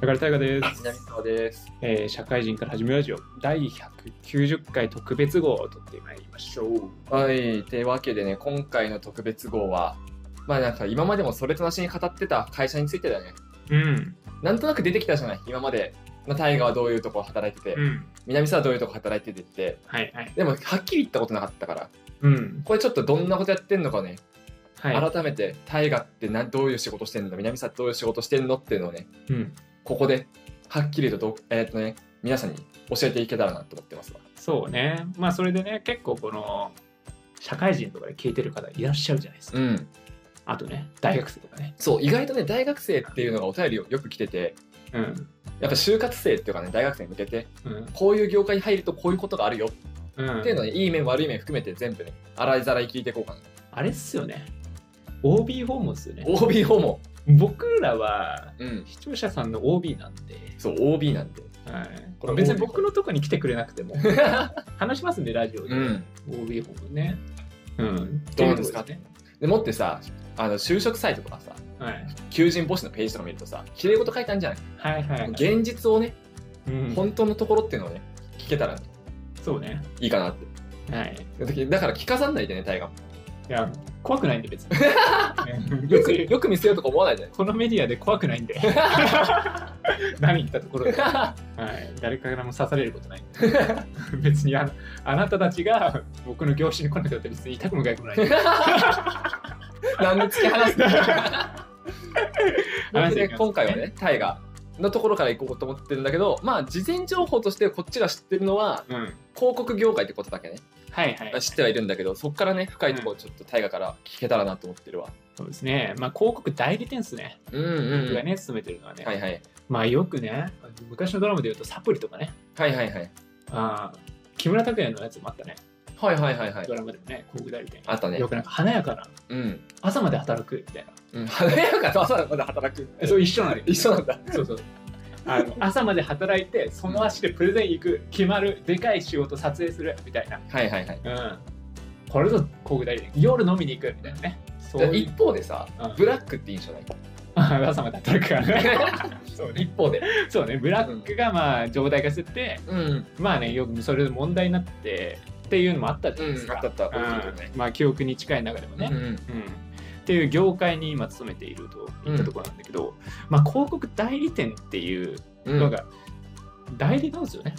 高田大河です。南沢です。えー社会人から始めるラジオ第190回特別号を取ってまいりましょう。はい。というわけでね、今回の特別号は、まあなんか今までもそれとなしに語ってた会社についてだよね。うん。なんとなく出てきたじゃない今まで。まあ、タイガはどういうとこ働いてて、うん。南沢はどういうとこ働いててって、はいはい。でもはっきり言ったことなかったから、うん。これちょっとどんなことやってんのかね、は改めて、タイガってなどういう仕事してんの南沢どういう仕事してんのっていうのをね、い。うん。ここで、はっきりとど、えーっとね、皆さんに教えていけたらなと思ってますわ。そうね。まあそれでね、結構この社会人とかで聞いてる方いらっしゃるじゃないですか。うん。あとね、大学生とかね。そう意外とね大学生っていうのがお便りをよく来ててうん。やっぱ就活生っていうかね大学生に向けてうん。こういう業界に入るとこういうことがあるよっうん。ていうのをね、いい面悪い面含めて全部ね洗いざらい聞いていこうかなあれっすよね。OB 訪問っすよね。 OB 訪問僕らはうん視聴者さんの OB なんで、そう OB なんではいこれ別 OB に僕のとこに来てくれなくて も話しますんで、ラジオで。うん大ビーホームね。うん。どうなんですかっていうとこでもってさあの就職サイトとかさろですね求人募集のページとか見るとさきれい事書いてあるんじゃないはい。はいはいはい。現実をねうん本当のところっていうのをね聞けたらそうね。いいかなってはい。だから聞かさんないでね大 河もいや、怖くないんで別に。 よ別くによく見せようとか思わない でこのメディアで怖くないんで。 何言ったところで、はい、誰からも刺されることない んで別にあのあなたたちが僕の業種に来なかったら別に痛くも痒くもないんで なんで突き放す の話僕していきまねす今回はねタイガのところから行こうと思ってるんだけどまあ事前情報としてこっちが知ってるのはうん広告業界ってことだけねはいはい知ってはいるんだけどそっからね深いところちょっとタイガから聞けたらなと思ってるわそうですねまあ広告代理店ですねうんう僕んがね勤めてるのはね、はいはいまあよくね昔のドラマで言うとサプリとかねはいはいはいああ、木村拓哉のやつもあったね。はいはいはいはいドラマでもね、広告代理店。あったねよくなんか華やかな、うん朝まで働くみたいな。うん華やかと朝まで働くえそう一緒なのよ。一緒なんだそうそう。 あの朝まで働いて、その足でプレゼン行く、決まる、でかい仕事撮影するみたいな。はいはいはいうん。これぞ広告代理店。夜飲みに行くみたいなね。そうじゃあいう一。方でさうんブラックって印象ない 朝まで働くからね。 そうね。一方でそうね。ブラックがまあ、常態化してて、うんまあね、よくそれで問題になってっていうのもあったじゃうないですんか。あったあった大きいとこねうんまあ記憶に近い中でもね、うんうんっていう業界に今勤めているといったところなんだけど、まあ、広告代理店っていううんのが代理なんですよね、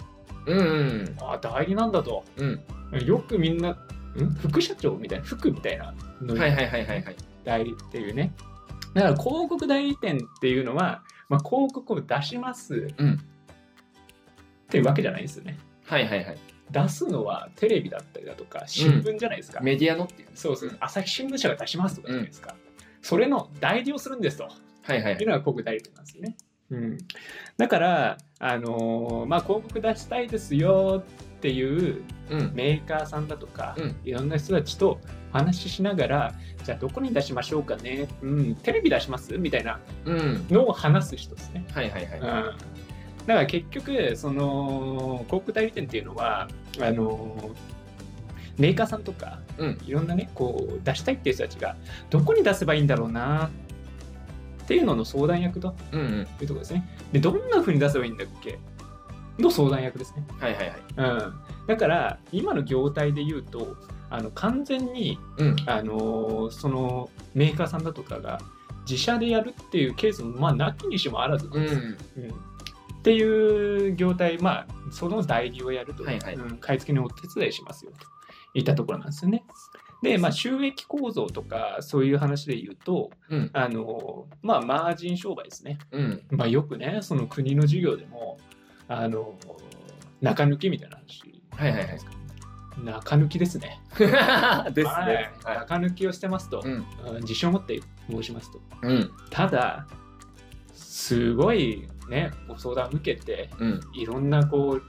うんうんああ代理なんだとうんよくみんなうん副社長みたいな副みたいなのはいはいはいはいはい代理っていうねだから広告代理店っていうのは、まあ、広告を出します、うんっていうわけじゃないんですよねはいはいはい出すのはテレビだったりだとか新聞じゃないですか、メディアのっていうそうそううん朝日新聞社が出しますとかじゃないですか、それの代理をするんですとはいはいはいいうのが広告代理店なんですよね、うん、だから、あのーまあ、広告出したいですよっていううんメーカーさんだとか、うんいろんな人たちとお話ししながらじゃあどこに出しましょうかね、うん、テレビ出しますみたいなうんのを話す人ですね、はいはいはういん、だから結局その広告代理店っていうのはあのーメーカーさんとかうんいろんなねこう出したいっていう人たちがどこに出せばいいんだろうなっていうのの相談役とうんうんいうところですねでどんな風に出せばいいんだっけの相談役ですね、はいはいはいうん、だから今の業態で言うとあの完全に、うんあのーそのメーカーさんだとかが自社でやるっていうケースもまあなきにしもあらずなんうですよんうんっていう業態、まあ、その代理をやると、はいはいうん買い付けのお手伝いしますよといったところなんですよね。で、まあ、収益構造とかそういう話で言うと、うんあのまあ、マージン商売ですね。うんまあ、よくね、その国の事業でもあの中抜きみたいな話。はいはいはい中抜きですね。 ですはいねは中抜きをしてますとい、うんうん自信を持って申しますと。うんただ、すごいね、ご相談受けて、うんいろんなこ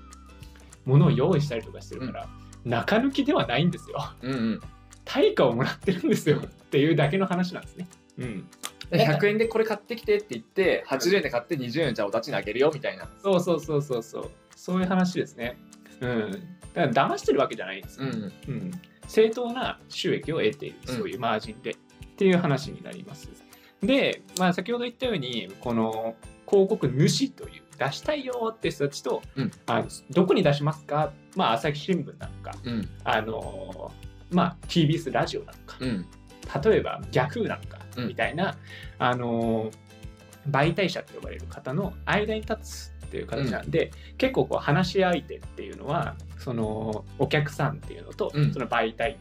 うものを用意したりとかしてるから、中抜きではないんですようんうん対価をもらってるんですよっていうだけの話なんですね、うん、 100円でこれ買ってきてって言って80円で買って20円じゃあお立ちにあげるよみたいなそうそうそうそうそうそういう話ですねうんだから騙してるわけじゃないんですうよ、んうん、正当な収益を得ているうんそういうマージンで、っていう話になりますで、まあ、先ほど言ったようにこの広告主という出したいよって人たちと、うんあのどこに出しますか、まあ、朝日新聞なのか、うんあのーまあ、TBS ラジオなのか、うん例えば逆なのかうんみたいな、あのー媒体者と呼ばれる方の間に立つっていう形なんで、結構こう話し相手っていうのはそのお客さんっていうのと、うんその媒体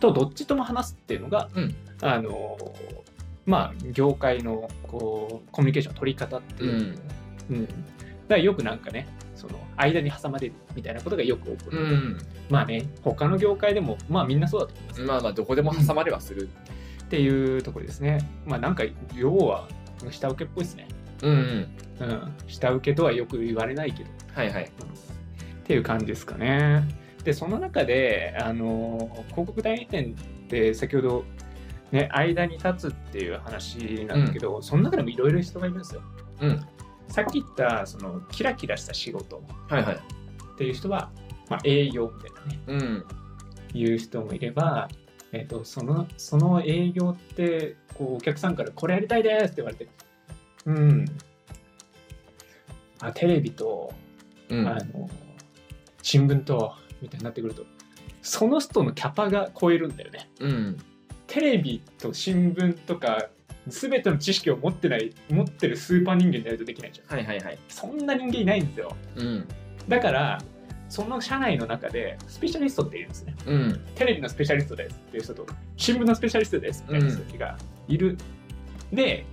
とどっちとも話すっていうのが、うんあのーまあ業界のこうコミュニケーションの取り方ってういう、んうんだからよくなんかねその間に挟まれるみたいなことがよく起こうる、んまあね他の業界でもまあみんなそうだと思いますまあまあどこでも挟まれはするっていうところですね。まあなんか要は下請けっぽいですね。うんうんうん、下請けとはよく言われないけど、はいはいうんっていう感じですかね。でその中であの広告代理店って先ほどね間に立つっていう話なんだけど、その中でもいろいろ人がいるんですよ。うんさっき言ったそのキラキラした仕事はいはいっていう人は、まあ、営業みたいなね。うんいう人もいれば、えっとそのその営業ってこうお客さんから「これやりたいです」って言われて「うんあテレビと、うんあの新聞と」みたいになってくるとその人のキャパが超えるんだよね。うんテレビと新聞とか全ての知識を持ってない持ってるスーパー人間じゃないとできないじゃんはいはいはいそんな人間いないんですようんだからその社内の中でスペシャリストっているんですねうんテレビのスペシャリストですっていう人と新聞のスペシャリストですみたいな人たちがいる、で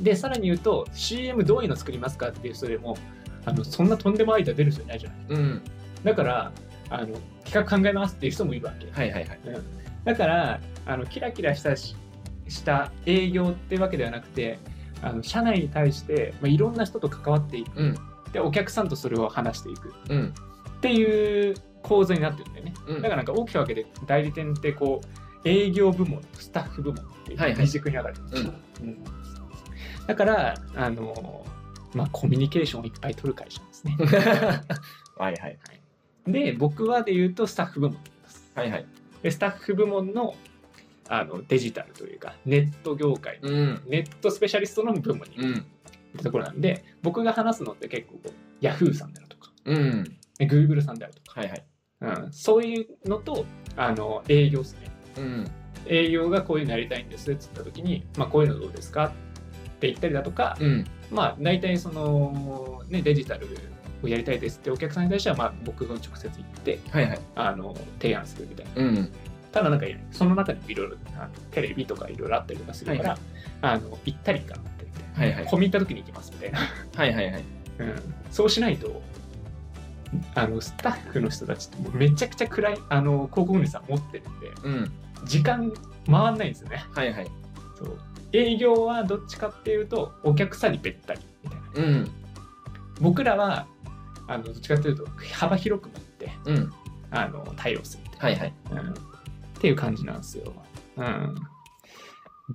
でさらに言うと CM どういうの作りますかっていう人でもあのそんなとんでもアイデア出る人いないじゃないうんだからあの企画考えますっていう人もいるわけはいはいはいだからあのキラキラしたしした営業ってわけではなくてあの社内に対して、まあ、いろんな人と関わっていっうんてお客さんとそれを話していくうんっていう構造になってるんだよねうだんからなんか大きく分けて代理店ってこう営業部門スタッフ部門っていうはいはい二軸に上がる、うんうんだからあのまあコミュニケーションをいっぱい取る会社です ねはいはいで僕はで言うとスタッフ部門ですはいはいでスタッフ部門のあのデジタルというかネット業界、うんネットスペシャリストの部門にう行んくところなんで、僕が話すのって結構こうヤフーさんであるとかうんね Google さんであるとはいはいか、うん、そういうのとあの営業ですねうん営業がこういうのやりたいんですって言った時に、まあ、こういうのどうですかって言ったりだとか、うんまあ、大体その、ね、デジタルをやりたいですってお客さんに対しては、まあ、僕が直接行ってはいはいあの提案するみたいなうんただなんかその中にもいろいろあのテレビとかいろいろあったりとかするから、はあの行ったりかなってみたいなはいはい込み入った時に行きますみたいな、はいはいはいうん、そうしないとあのスタッフの人たちってもうめちゃくちゃ暗いあの広告主さん持ってるんでうん時間回んないんですよねはいはいそう営業はどっちかっていうとお客さんにべったりみたいなうん僕らはあのどっちかっていうと幅広く持ってうんあの対応するみたはいいはいな、うんっていう感じなんですよ、うん、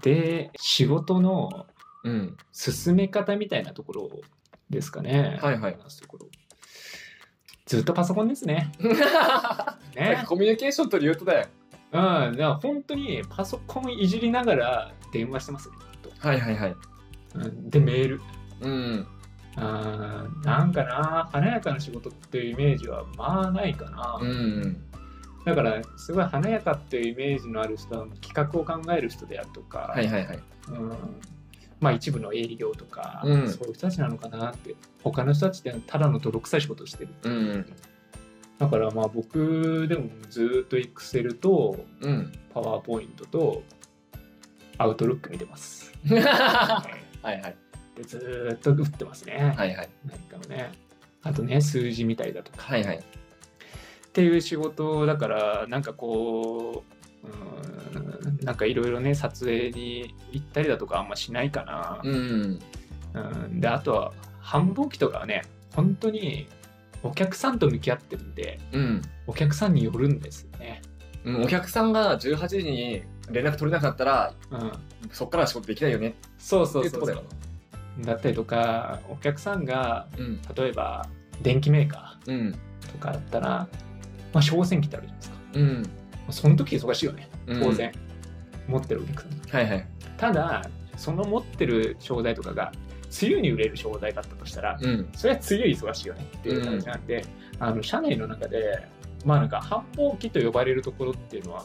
で仕事のうん進め方みたいなところですかねはい はい話すところずっとパソコンですね。さっきね。コミュニケーション取る言うとだようん。だから本当にパソコンいじりながら電話してますね。ずっはいはいはいとうん、で、メール。うんあーなんかな華やかな仕事っていうイメージはまあないかな、うんだからすごい華やかっていうイメージのある人は企画を考える人であるとか、はいはいはいうん、まあ一部の営業とか、うんそういう人たちなのかなって他の人たちってただの泥臭い仕事をしてるうんだからまあ僕でもずっと Excel とうん PowerPoint と Outlook 見て ます、ははいいはいでずーっと打ってますね、はいはいなんかねあとね数字見たりだとかはいはいっていう仕事だからなんかこううーんなんかいろいろね撮影に行ったりだとかあんましないかな、うんうん、であとは繁忙期とかはね本当にお客さんと向き合ってるんでうんお客さんによるんですよね、うんお客さんが18時に連絡取れなかったらうん、そっからは仕事できないよねってそうそいううとそこうだそようだったりとかお客さんがうん例えば電機メーカうんーとかだったら、まあ、小選機ってあるじゃないですかうんその時忙しいよねうん当然、持ってるお客さんはいはいただその持ってる商材とかが梅雨に売れる商材だったとしたら、うん。それは梅雨忙しいよねっていう感じなんで、あの社内の中でまあなんか繁忙期と呼ばれるところっていうのは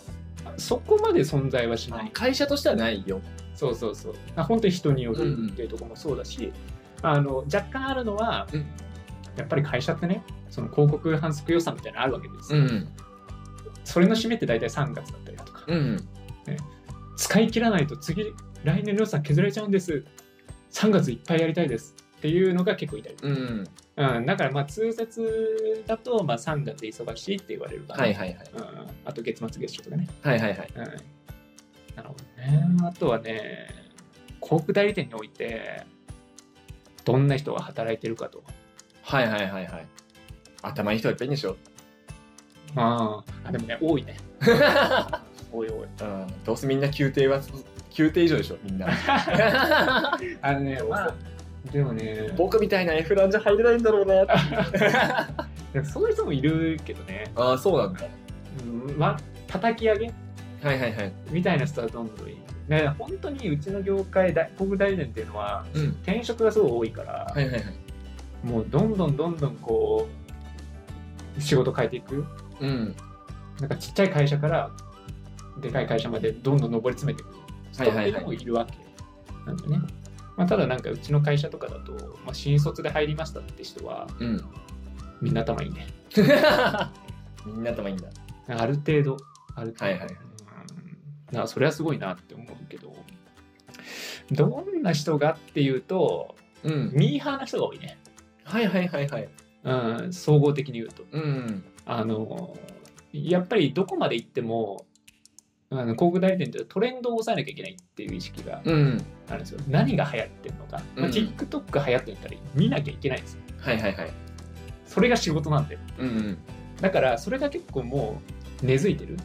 そこまで存在はしない会社としてはないよ。そうそうそうあ本当に人によるっていうところもそうだし、あの若干あるのは、うんやっぱり会社ってねその広告反則予算みたいなのあるわけです、うん。それの締めって大体3月だったりだとか、うん。使い切らないと次来年の予算削られちゃうんです3月いっぱいやりたいですっていうのが結構いたりうん。うん、だからまあ通説だとまあ3月忙しいって言われるから、はいはいはい。うん、あと月末月初とかね、はいはいはい。うん、なるほどねあとはね広告代理店においてどんな人が働いてるかとはいはいはいはい。頭いい人はいっぱいいるんでしょ。あーあでもね多い ね多い多いうん。どうせみんな宮廷は、宮廷以上でしょ、みん な。あのね、まあでもね僕みたいな F ランじゃ入れないんだろうな。でもそういう人もいるけどね、 ああ、そうなんだ。うんまあ叩き上げはいはいはい。みたいな人はどんどんいるね本当にうちの業界大広告代理店っていうのはうん。転職がすごい多いから、はいはいはい。もうどんどんどんどんこう仕事変えていくうん。なんかちっちゃい会社からでかい会社までどんどん上り詰めていく人っていうのもいるわけなんでね、まあ、ただなんかうちの会社とかだと、まあ、新卒で入りましたって人はうん。みんな頭いいねみんな頭いいんだ。ある程度ある程度、はいはいはいうん、なそれはすごいなって思うけどどんな人がっていうとうん。ミーハーな人が多いね、はいはいはいはい。うん、総合的に言うとうん。あのやっぱりどこまで行ってもあの広告代理店ってトレンドを抑えなきゃいけないっていう意識がうん。あるんですよ。何が流行ってるのか、まあうん TikTok が流行ってたら見なきゃいけないんですよ。はいはいはい。それが仕事なんで。うん。だからそれが結構もう根付いてる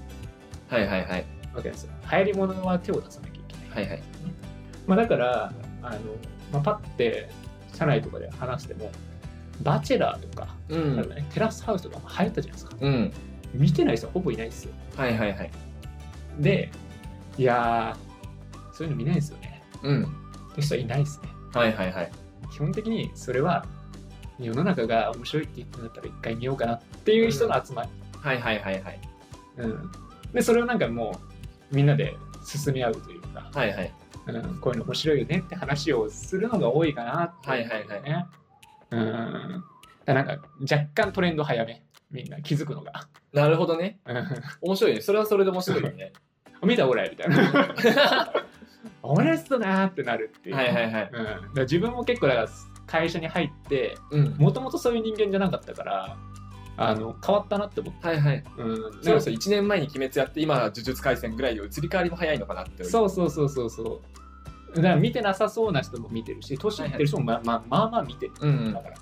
はいはいはい。わけなんですよ。流行り物は手を出さなきゃいけない。はいはい。まあ、だからあの、まあ、パッて社内とかで話してもバチェラーとか、うあんと。ねテラスハウスとかも流行ったじゃないですか。うん。見てない人はほぼいないですよ。はいはいはい。で、いやー、そういうの見ないですよね。うん。って人はいないですね。はいはいはい。基本的にそれは世の中が面白いって言ってんだったら一回見ようかなっていう人の集まり。はいはいはいはい。うん、で、それをなんかもうみんなで進み合うというか、はいはい。うん、こういうの面白いよねって話をするのが多いかなっていう、ね。はいはいい。うん。だからなんか若干トレンド早め。みんな気づくのが。なるほどね。うん面白いね。それはそれで面白いよね。見た俺みたいな。 俺っすなーってなるっていう。はいはいはい。うん、だから自分も結構だから会社に入ってうん。もともとそういう人間じゃなかったからあの変わったなって思っはいはい。た、うん、そそううそう、1年前に鬼滅やって、今は呪術廻戦ぐらいで移り変わりも早いのかなって。う。そうそうそうそうそうだから見てなさそうな人も見てるし年いってる人もま,、まあまあまあ見てるうだんから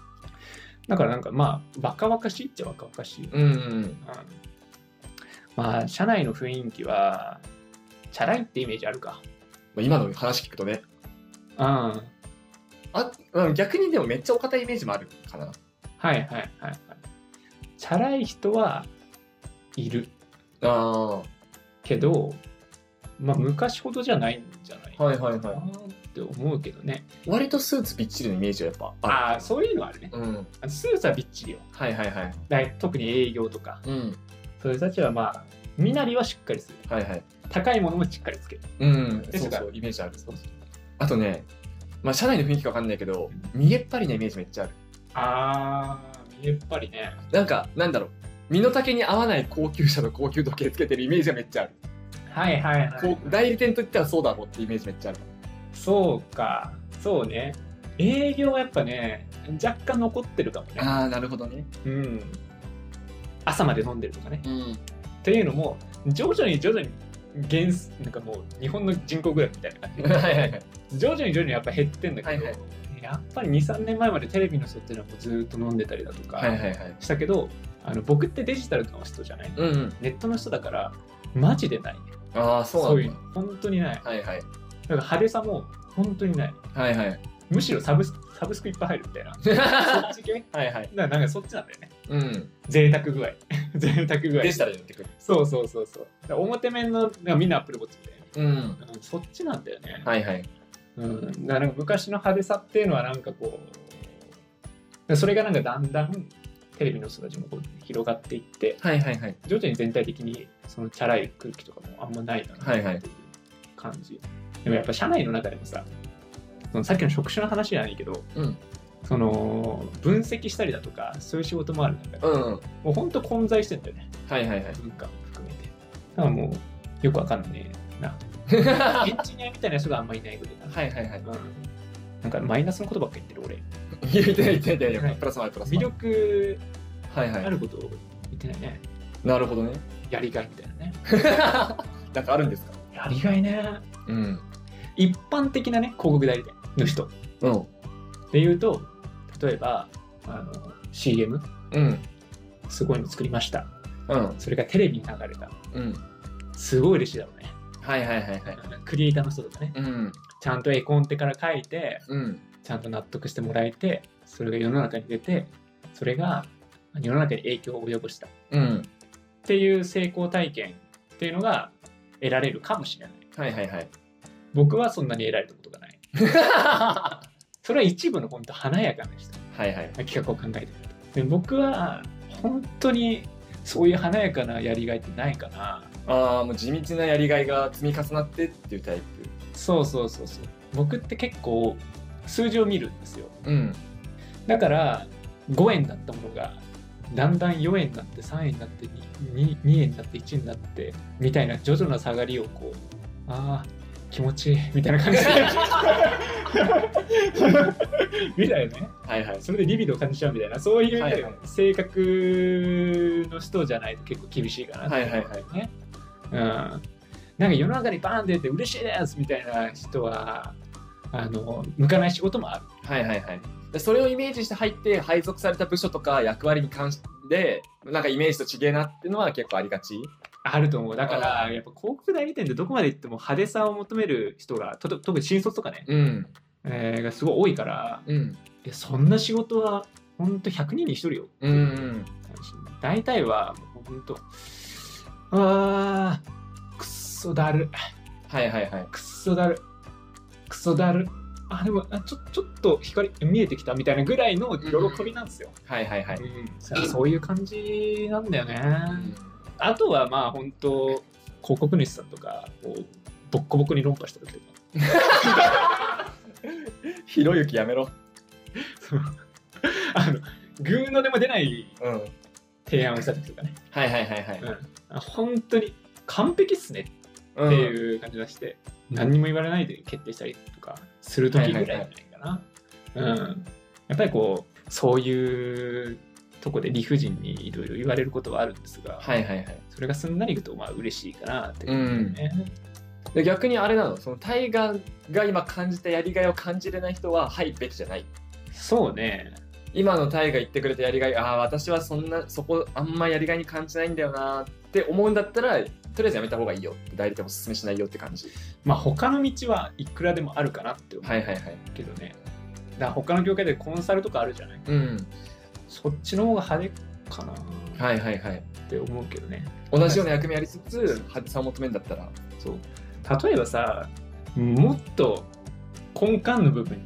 だからなんかまあ若々しいっちゃ若々しい、うん。うん。うんまあ社内の雰囲気はチャラいってイメージあるかまあ今の話聞くとね。うんはいあ、うん逆にでもめっちゃお堅いイメージもあるかな。はいはいはいチャラい人はいるあけど、まあ、昔ほどじゃないんじゃないあ。かはいはいなはって思うけどね、い。割とスーツびっちりのイメージはやっぱあああそういうのはあるねる。うん。あのスーツはびっちりよはいはいはい。だ特に営業とかうん。そういう人たちはまあ身なりはしっかりするはいはい。高いものもしっかりつけるうん。でそすうがそう、イメージある。あとね、まあ社内の雰囲気かわかんないけど、見えっぱりなイメージめっちゃある。あー見えっぱりねなんか、なんだろう。身の丈に合わない高級車の高級時計つけてるイメージがめっちゃある。はいはいはいこう代理店といったらそうだろうってイメージめっちゃある。そうかそうね営業はやっぱね若干残ってるかもねああ、なるほどね。うん朝まで飲んでるとかねうん。というのも徐々に徐々に減すなんかもう日本の人口ぐらいみたいな感じはいはいはい。徐々に徐々にやっぱ減ってんだけど、はいやっぱり23年前までテレビの人っていうのはもうずーっと飲んでたりだとはいはいかはい。したけど、あの僕ってデジタルの人じゃない、うんうん。ネットの人だからマジでないねああ、そうなんだ。いうの本当にないだかはいはい。ら派手さも本当にないはいはい。むしろサブスサブスクいっぱい入るみたいな そっち系だかはいはい。らなんかそっちなんだよねうん。贅沢具合 贅沢具合デジタルでやってくる。そうそうそうそうだから表面のなんかみんなアップルウォッチみたいなうん。うんそっちなんだよね、はいはい。うん、だからなんか昔の派手さっていうのはなんかこうそれがなんかだんだんテレビの人たちもこう広がっていってはいはいはい。徐々に全体的にそのチャラい空気とかもあんまないかなってはいはいいう感じ、でもやっぱ社内の種中でもさそのさっきの職種の話じゃないけどうん。その分析したりだとかそういう仕事もあるんだかうら、んうん。もうほんと混在してんだよねはいはいはい。文化も含めてだからもうよくわかんねえ なエンジニアみたいな人があんまいないぐらいだなはいはいはい。うんなんかマイナスのことばっか言ってる俺いやいやいやいやいや、プラスマイプラス魅マイ。力はいあはい。ることを言ってないねなるほどね。やりがいみたいなねなんかあるんですかやりがいねうん。一般的なね広告代理店の人うん。で言うと例えばあの CM うん。すごいの作りましたうん。それがテレビに流れたうん。すごい嬉しいだろうねはいはいはいはい。クリエイターの人とかねうん。ちゃんと絵コンテから書いてうん。ちゃんと納得してもらえてそれが世の中に出てそれが世の中に影響を及ぼしたっうん。ていう成功体験っていうのが得られるかもしれないはいはいはい。僕はそんなに得られたことがない はそれは一部の本当華やかな人いはい。企画を考えてるとで僕は本当にそういう華やかなやりがいってないかなああ、もう地道なやりがいが積み重なってっていうタイプ。そうそうそうそう僕って結構数字を見るんですようん。だから5円だったものがだんだん4円になって3円になって 2, 2円になって1円になってみたいな徐々な下がりをこうあー気持ちいいみたいな 感じでみたいなねはいはい。それでリビドを感じちゃうみたいなそういはいはいう性格の人じゃないと結構厳しいかなってはいはいはい。ね、うん、なんか世の中にバーンって出て嬉しいですみたいな人はあの向かない仕事もあるはいはいはい。でそれをイメージして入って配属された部署とか役割に関してなんかイメージと違えなっていうのは結構ありがち。あると思うだからやっぱ広告代理店ってどこまで行っても派手さを求める人がとと特に新卒とかね、うん。えーがすごい多いからうん。いやそんな仕事はほんと100人に1人よ、うん。大体はもうほんとあーくっそだるはいはいはい。くっそだるくっそだるあでもあちょちょっと光見えてきたみたいなぐらいの喜びなんですよ、はいはいはい。そうそういう感じなんだよね、うんあとはまあ本当広告主さんとかこうボッコボコに論破した時とかひろゆきやめろ。その あのグーのでも出ないうん。はい提案をした時とかね、はいはいはい。うんあ本当に完璧っすねうっんていう感じがして、何にも言われないで決定したりとかする時ぐらいじゃないかな、うん、やっぱりこうそういうとこで理不尽にいろいろ言われることはあるんですが、はいはいはい。それがすんなりいくとまあ嬉しいかなって感じだよね、で逆にあれなの、そのタイガーが今感じたやりがいを感じれない人は入るべきじゃない。そうね今のタイが言ってくれたやりがい、ああ、私はそんな、そこあんまやりがいに感じないんだよなーって思うんだったら、とりあえずやめた方がいいよって代理店おすすめしないよって感じ。まあ他の道はいくらでもあるかなって思はいはいはい。うけどね、だから他の業界でコンサルとかあるじゃないうん。そっちの方が派手かなっはいはいはい。て思うけどね同じような役目やりつつ、派手さを求めんだったら。そう例えばさもっと根幹の部分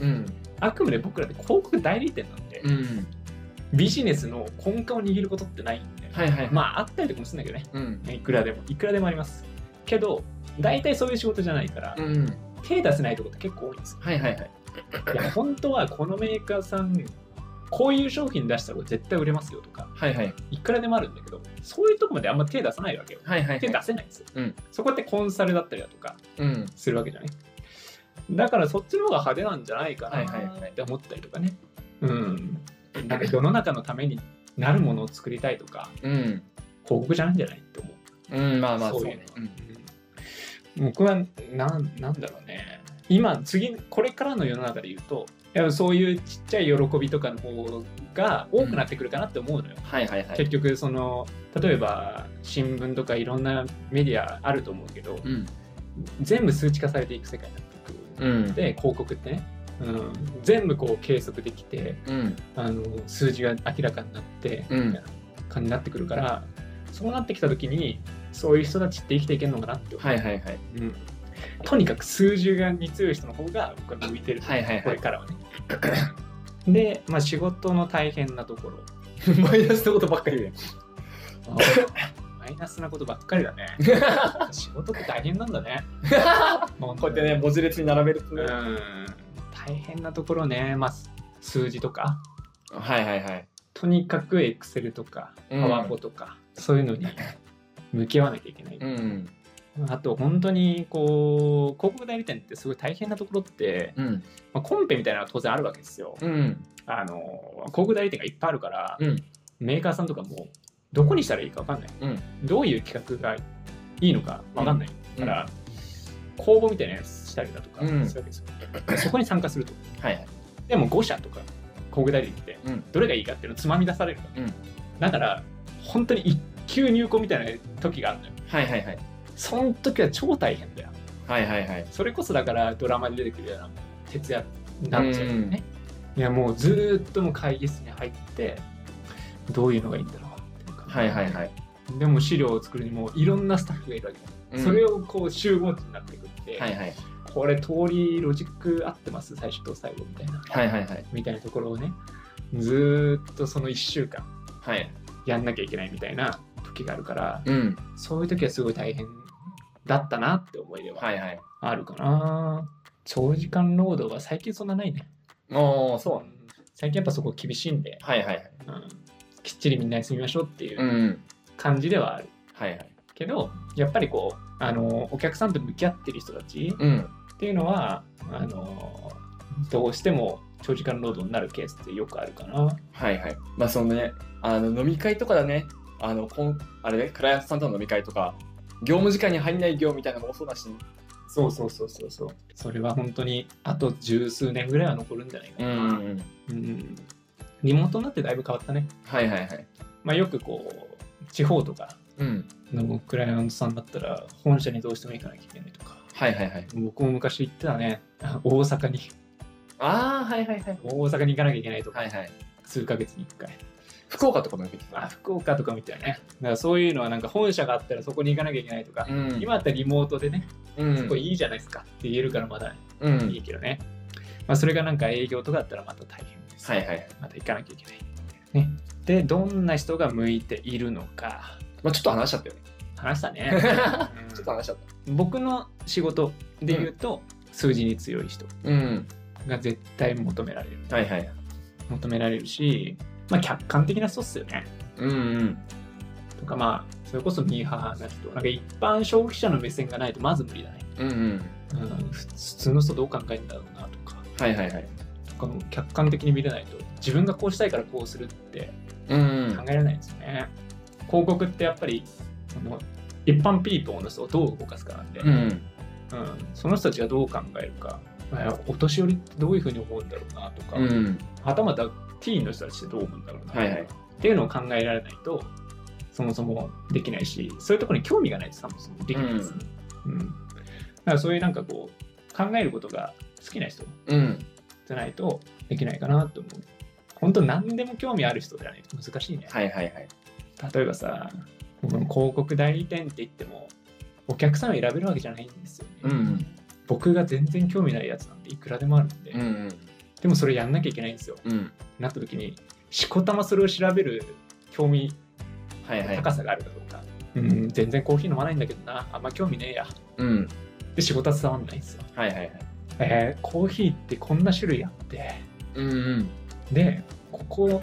うん。あくまで僕らって広告代理店なんで、うん。ビジネスの根幹を握ることってないんで、はいはい。まああったりとかもするんだけどうん。ねいくらでもいくらでもありますけど大体そういう仕事じゃないから、うん。手出せないとこって結構多いんですよはいはいはい。いや本当はこのメーカーさんこういう商品出したら絶対売れますよとかはいはい。いくらでもあるんだけどそういうとこまであんま手出さないわけよはいはい手は出い。せないんですよ、うんそこってコンサルだったりだとかうん。するわけじゃないだからそっちの方が派手なんじゃないかなはいはいはいって思ったりとかねうんなんか世の中のためになるものを作りたいとかうん。広告じゃないんじゃないって思ううん、まあまあ、そそうういうね。うん僕はなんなんだろうね今次これからの世の中で言うとやっぱそういうちっちゃい喜びとかの方が多くなってくるかなって思うのよ、はいはいはい。結局その例えば新聞とかいろんなメディアあると思うけどうん。全部数値化されていく世界になっていくうん。で広告ってね、うん、全部こう計測できてうん。あの数字が明らかになってうん。感じになってくるからそうなってきた時にそういう人たちって生きていけるのかなって思うはいはいはい。うんとにかく数十眼に強い人の方が僕は向いてる、はいはいこはれい。からはね。で、まあ、仕事の大変なと ころマイナスのことばっかり言うマイナスなことばっかりだね。やん仕事って大変なんだ ね。ここうやってね、文字列に並べるとうね。はん、大変なところね、まあ、数字とか、いはいはい。とにかく Excel とか、う p ん o w e r とか、そういうのに向き合わなきゃいけない。うん。あと、本当にこう、広告代理店ってすごい大変なところって、うん。まあ、コンペみたいなのは当然あるわけですよ。うん。あの広告代理店がいっぱいあるから、うん。メーカーさんとかもどこにしたらいいか分かんない、うんどういう企画がいいのか分かんないから、公募みたいなやつしたりだとかすうるんわけですよ、そこに参加するとはいはい。でも5社とか広告代理店ってうんどれがいいかっていうのをつまみ出されるから、うんだから本当に一級入校みたいな時があるのよはいはいはい。その時は超大変だよはいはいはい。それこそだからドラマに出てくるような徹夜になっちゃうよね。いやもうずーっともう会議室に入ってどういうのがいいんだろうっていうかはいはいはい。でも資料を作るにもいろんなスタッフがいるわけだ、それを。をこう集合値になってくって、はいはい。これ通りロジック合ってます最初と最後みたいなはいはいはい。みたいなところをねずーっとその1週間はい。やんなきゃいけないみたいな時があるからうん。そういう時はすごい大変だったなって思い出ははいはい。あるかな。長時間労働は最近そんなないね。おー、そうなんだ。最近やっぱそこ厳しいんで、はいはいはい。。うんきっちりみんな休みましょうっていううん感じではあるはいはい。けど、やっぱりこうあのお客さんと向き合ってる人たちうん。っていうのはあのどうしても長時間労働になるケースってよくあるかな。はいはい。まあそのね、あの飲み会とかだね、あの、こんあれね、クライアントさんとの飲み会とか、業務時間に入んない業みたいなのもそうだし、そうそうそうそうそう。それは本当にあと十数年ぐらいは残るんじゃないかうな。ん。うんリモートになってだいぶ変わったね。はいはいはい。まあ、よくこう地方とかうん。のクライアントさんだったら本社にどうしても行かなきゃいけないとかはいはいはい。僕も昔行ってたね あ大阪にああ、はいはいはい。大阪に行かなきゃいけないとか、はいはい。数ヶ月に1回福岡とかもよく行ってあた。福岡とかみたいなねだからそういうのはなんか本社があったらそこに行かなきゃいけないとか、うん今だったらリモートでね、うん、そこいいじゃないですかって言えるからまだうん。いいけどね、まあ、それがなんか営業とかだったらまた大変です、はいはいはい。また行かなきゃいけない、ね、でどんな人が向いているのかまあちょっと話しちゃったよね。話したね、うん ちょっと話しちゃっ僕の仕事で言うと、数字に強い人た。うん。が絶対求められるはいはい。求められるし、まあ、客観的な人っすよねうんうん。とかまあそれこそミーハーな人なんか一般消費者の目線がないとまず無理だね、うんうん。うん、ふ普通の人どう考えるんだろうなとかはいはいはい。とかも客観的に見れないと自分がこうしたいからこうするってうんうん考。えられないですよね、広告ってやっぱりその一般ピーポーの人をどう動かすかなんで、うんうん。うんその人たちがどう考えるか、まあお年寄りってどういうふうに思うんだろうなとか、うん。はたまたティーンの人たちってどう思うんだろうな、はいはいっていうのを考えられないとそもそもできないしそういうところに興味がないとそもそもできないですね、うんだからそういうなんかこう考えることが好きな人うん。じゃないとできないかなと思う本当何でも興味ある人じゃないと難しいね、はいはいはい。例えばさ僕の広告代理店って言ってもお客さんを選べるわけじゃないんですよね、うん僕が全然興味ないやつなんていくらでもあるんで、うん。うんでもそれやんなきゃいけないんですようん。うん。なった時にしこたまそれを調べる興味はいはい。高さがあるかどうか、うん全然コーヒー飲まないんだけどなあんま興味ねえやうん。で仕事は伝わんないんですよはいはいはい。えーコーヒーってこんな種類あってうんうん。でここ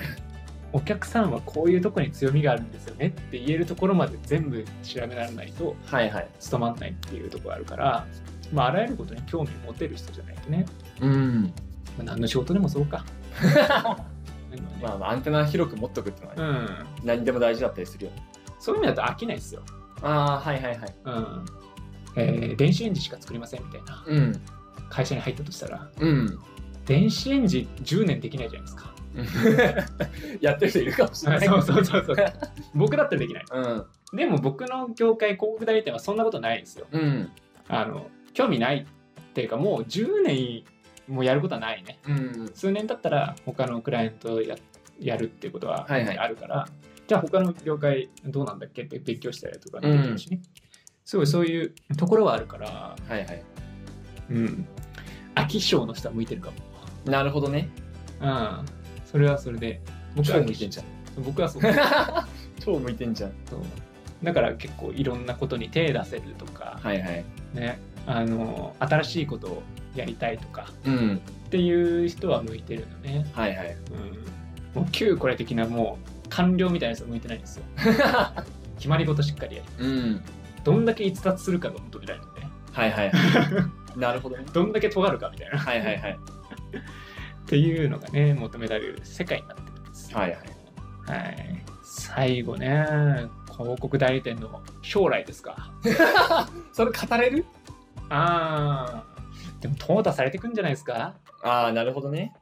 お客さんはこういうとこに強みがあるんですよねって言えるところまで全部調べられないとはいはい。務まんないっていうところがあるから、まあ、あらゆることに興味持てる人じゃないとね、うん。まあ、何の仕事でもそうか、うんまあまあアンテナ広く持っとくってのはねうん、何でも大事だったりするよ。そういう意味だと飽きないですよああ、はいはいはい。うんえー電子レンジしか作りませんみたいなうん。会社に入ったとしたらうん。電子レンジ10年できないじゃないですか やってる人いるかもしれない。そうそうそうそう僕だったらできないうん。でも僕の業界広告代理店はそんなことないですようん。あの興味ないっていうかもう10年もやることはないねうん。数年だったら他のクライアントややるっていうことはあはいはいるから、じゃあ他の業界どうなんだっけって勉強したりとかうんできるしね、すごいそういうところはあるからはいはい。うん。飽き性の人は向いてるかも。なるほどね。 うん。それはそれで。僕は超飽向いきてんじゃん。僕はそう超向いてんじゃん。そうだから結構いろんなことに手出せるとか、はいはい。ね、あの新しいことをやりたいとかうん。っていう人は向いてるのね。はいはい。うん、もう旧これ的なもう官僚みたいなやつは向いてないんですよ。 決まり事しっかりやる。うん。どんだけ逸脱するかが求められるのね。はいはいはい。なるほどね。どんだけ尖るかみたいな。はいはいはい。っていうのがね、求められる世界になってるんです。はいはい。はい、最後ね、広告代理店の将来ですか。 それ語れるあー、でも淘汰されてくんじゃないですかああ、なるほどね。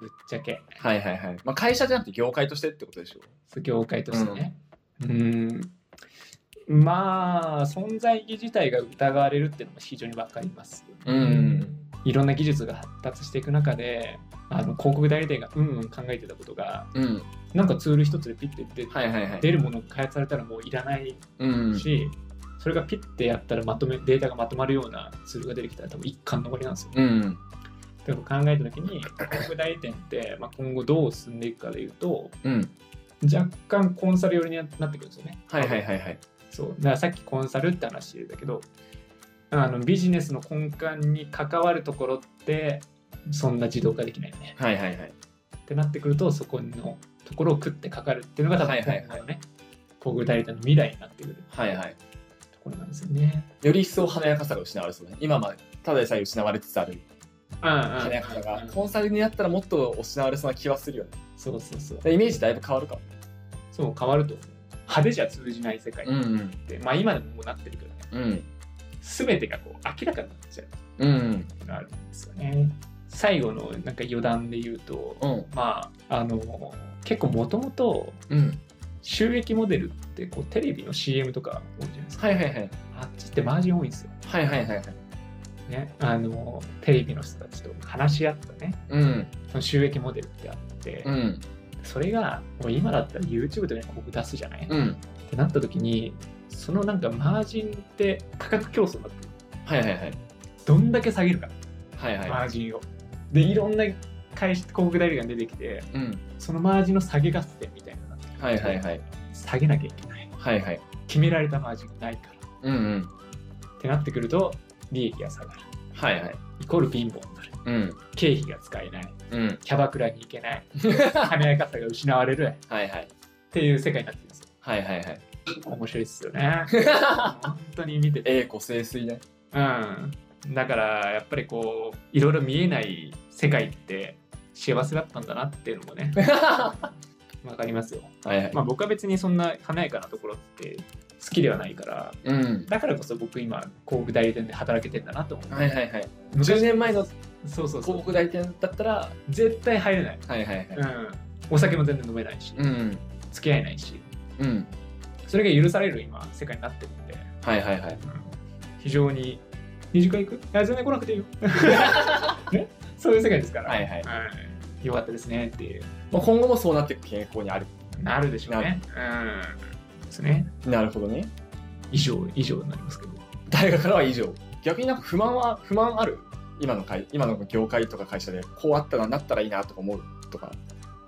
ぶっちゃけ。はいはいはい。まあ、会社じゃなくて業界としてってことでしょ。業界としてね。うん。まあ、存在意義自体が疑われるっていうのも非常にわかります。うん。いろんな技術が発達していく中で、あの広告代理店がうんうん考えてたことが、うん。なんかツール一つでピッて出てはいはいはい。出るものが開発されたらもういらないうん。し、それがピッてやったらまとめデータがまとまるようなツールが出てきたら多分一貫の終わりなんですよ。うん。ってことを考えた時に広告代理店って、まあ、今後どう進んでいくかでいうとうん。若干コンサル寄りになってくるんですよね。はいはいはいはい。そうだからさっきコンサルって話だけどあのビジネスの根幹に関わるところってそんな自動化できないよね。はいはいはい。ってなってくるとそこのところを食ってかかるっていうのが多分はい今はいはい後のね広告代理店の未来になってくるはいはい。ところなんですよね。より一層華やかさが失われそうね。今までただでさえ失われつつある華やかさが、コンサルになったらもっと失われそうな気はするよね。そうそうそうイメージだいぶ変わるかも。そう変わると思う派手じゃ通じない世界っんて、まあ今でももうなってるけどねうん。全てがこう明らかになっちゃうってうん。いうのがあるんですよね最後のなんか余談で言うと、うん。まああの結構もともとうん。収益モデルってこうテレビの CM とか多いじゃないですかはいはいはい。あっちってマージン多いんですよはいはいはいはい。ねあのテレビの人たちと話し合ったねうん。その収益モデルってあって、ん。それがもう今だったら YouTube で僕出すじゃない、うん。ってなった時にそのなんかマージンって価格競争だってはいはいはい。どんだけ下げるか、はいマはーい。ジンをでいろんな会社広告代理が出てきてうん。そのマージンの下げ合戦みたいなのがあってはいはいはい。下げなきゃいけないはいはい。決められたマージンがないからうんうん。ってなってくると利益が下がるはいはい。イコール貧乏になるうん。経費が使えないうん。キャバクラに行けない 華やかさが失われるはいはい。っていう世界になってるんですよはいはいはい。面白いですよ ね本当に見てて栄枯盛衰ね。うん、だからやっぱりこういろいろ見えない世界って幸せだったんだなっていうのも ねはわかりますよ、いはい。まあ、僕は別にそんな華やかなところって好きではないからうん。だからこそ僕今広告代理店で働けてんだなと思う、はいはいはい。昔10年前のそうそうそ広う告代理店だったら、絶対入れない、はいはいはい。うん、お酒も全然飲めないし、うん。付き合えないしうん。それが許される今世界になってるんで、はいはいはい。うん非常に二次会行くいや全然来なくてい いよ、ね、そういう世界ですから、はいははい。い、よかったですねっていう。まあ、今後もそうなっていく傾向にある。なるでしょうね。うん。ですね。なるほどね。以上、以上になりますけど。大学からは以上。逆になんか不満は、不満ある今の会、今の業界とか会社で、こうあったらなったらいいなとか思うとか。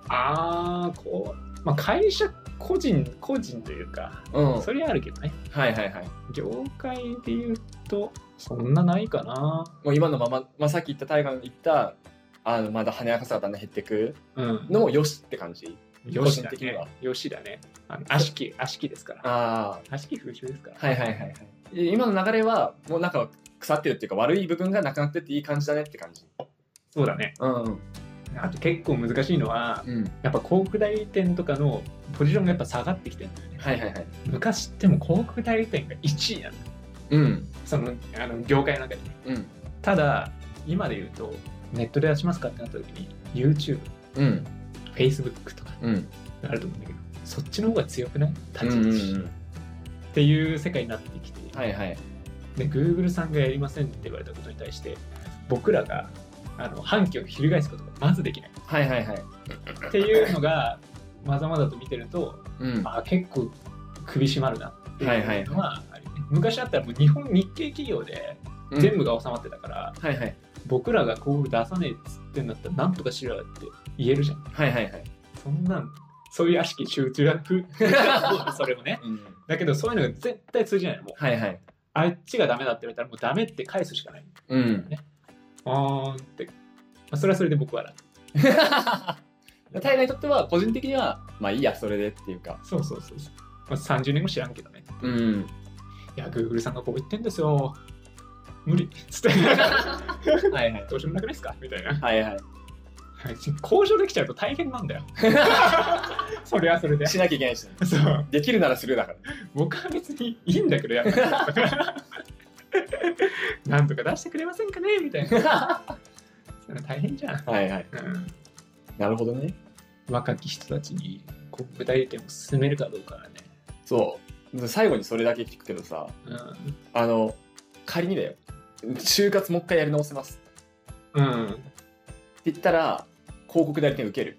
あー、こう、まあ、会社個人、個人というか、うん。はいそれはあるけどね。はいはい。業界で言うと、そんなないかな。もう今のまま、まあ、さっき言った大河の言った、あの、まだ華やかさがだんだん減っていくうん。のもよしって感じ。よしだ個人的にねは。よしだね。あの悪しき、悪しきですから。あ悪しき風習ですから。あ。はいはいはいはい。今の流れは、もうなんか腐ってるっていうか、悪い部分がなくなってっていい感じだねって感じ。そうだね。うん。あと結構難しいのは、うん。やっぱ広告代理店とかのポジションがやっぱ下がってきてるんだよね。はいはいはい。昔ってもう広告代理店が1位なんだようん。そのあの業界の中でね。うん。ただ今で言うとネットで出しますかってなった時に YouTube、うん。 Facebook とかうん。あると思うんだけどそっちの方が強くない立ち位うん置、うんっていう世界になってきて、うん。はいはい。で Google さんがやりませんって言われたことに対して僕らがあの反旗を翻すことがまずできないはいはいはい。っていうのがまざまざと見てるとうん。あ結構首絞まるなっていうのはあるよね、昔だったらもう日本日系企業でうん全部が収まってたから、はいはい僕らが広告出さねえっつってんだったらなんとかしろよって言えるじゃんはいはいはい。そんなんそういう悪しき集中 力それもねうんだけどそういうのが絶対通じないのもうはいはい。あっちがダメだって言われたらもうダメって返すしかないうん。あーんって、まあ、それはそれで僕は楽大河にとっては個人的にはまあいいやそれでっていうか。そうそうそうそう、まあ、30年後知らんけどねうん。いや Google さんがこう言ってんですよ無理っ つってはいはい。どうしようもなくないですかみたいなはいは交渉できちゃうと大変なんだよそれはそれでい。しなきゃいけないしね、そうできるならするだから。僕は別にいいんだけどやっぱり なんとか出してくれませんかねみたいなそれ大変じゃん、はいはい。うん、なるほどね。若き人たちに広告代理店を進めるかどうかはね、そう。最後にそれだけ聞くけどさ、あの、仮にだよ。就活もう一回やり直せますうん、うん、って言ったら、広告代理店受ける。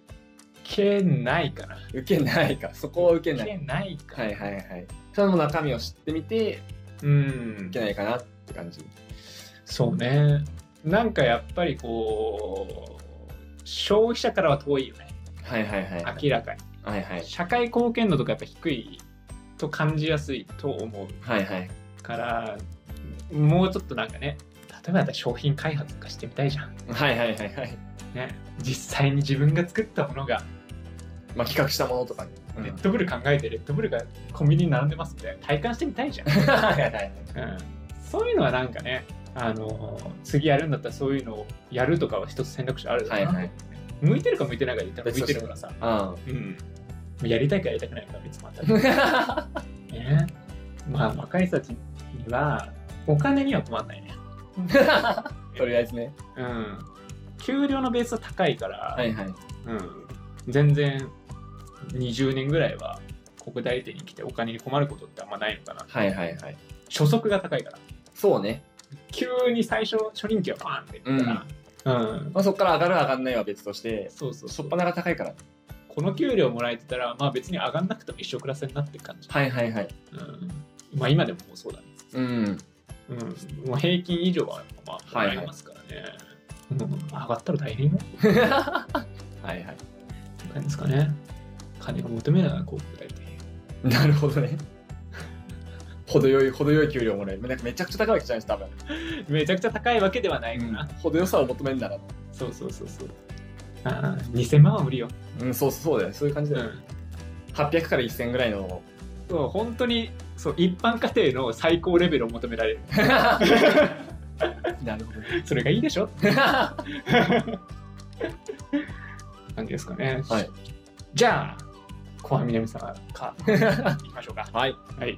けないかな受けないか。そこは受けない。けないか、はいはいはい。その中身を知ってみて、うんいけないかなって感じ。そうねなんかやっぱりこう消費者からは遠いよねはいはいはい。明らかにはいはい。社会貢献度とかやっぱ低いと感じやすいと思うはいはい。からもうちょっとなんかね例えばだったら商品開発とかしてみたいじゃん、はいはいはいはい。ね、実際に自分が作ったものがまあ企画したものとかね。レッドブル考えてレッドブルがコンビニに並んでますみたいな体感してみたいじゃん、 はいはいはい。うん、そういうのはなんかねあの次やるんだったらそういうのをやるとかは一つ選択肢あるだはろういなはい。向いてるか向いてないかで言ったら向いてるからさ、うん。うん、やりたいかやりたくないかは別また、 ね、まあ若い人たちにはお金には困らないねとりあえずね。うん給料のベースは高いから、はいはい。うん、全然20年ぐらいは国代理店に来てお金に困ることってあんまないのかなはいはいはい。初速が高いからそうね。急に最初初任給はパーンっていったら、うんまあそこから上がる上がんないは別として、そうそう初そっう端が高いから。この給料もらえてたらまあ別に上がんなくても一生暮らせになってる感じ、はいはいはい。うん、まあ今でももうそうだねうん。うん、もう平均以上はまあはい払はいいますからね、うん、上がったら大変よってはいはい。感じですかね金が求めない広告代理店なるほどね。 程よい、程よい給料もらえる。なんかめちゃくちゃ高いわけじゃないです、多分。めちゃくちゃ高いわけではないかうんな、程よさを求めるなら。そうそうそうそうああ2000万は無理よ、うん、そうそうそうだよ。そういう感じうだよ。ん、 800から1000ぐらいの。そう本当にそう一般家庭の最高レベルを求められる なるほどね。それがいいでしょ って感じですかね、はい、じゃあ小波南さんかいきましょうかはい。はい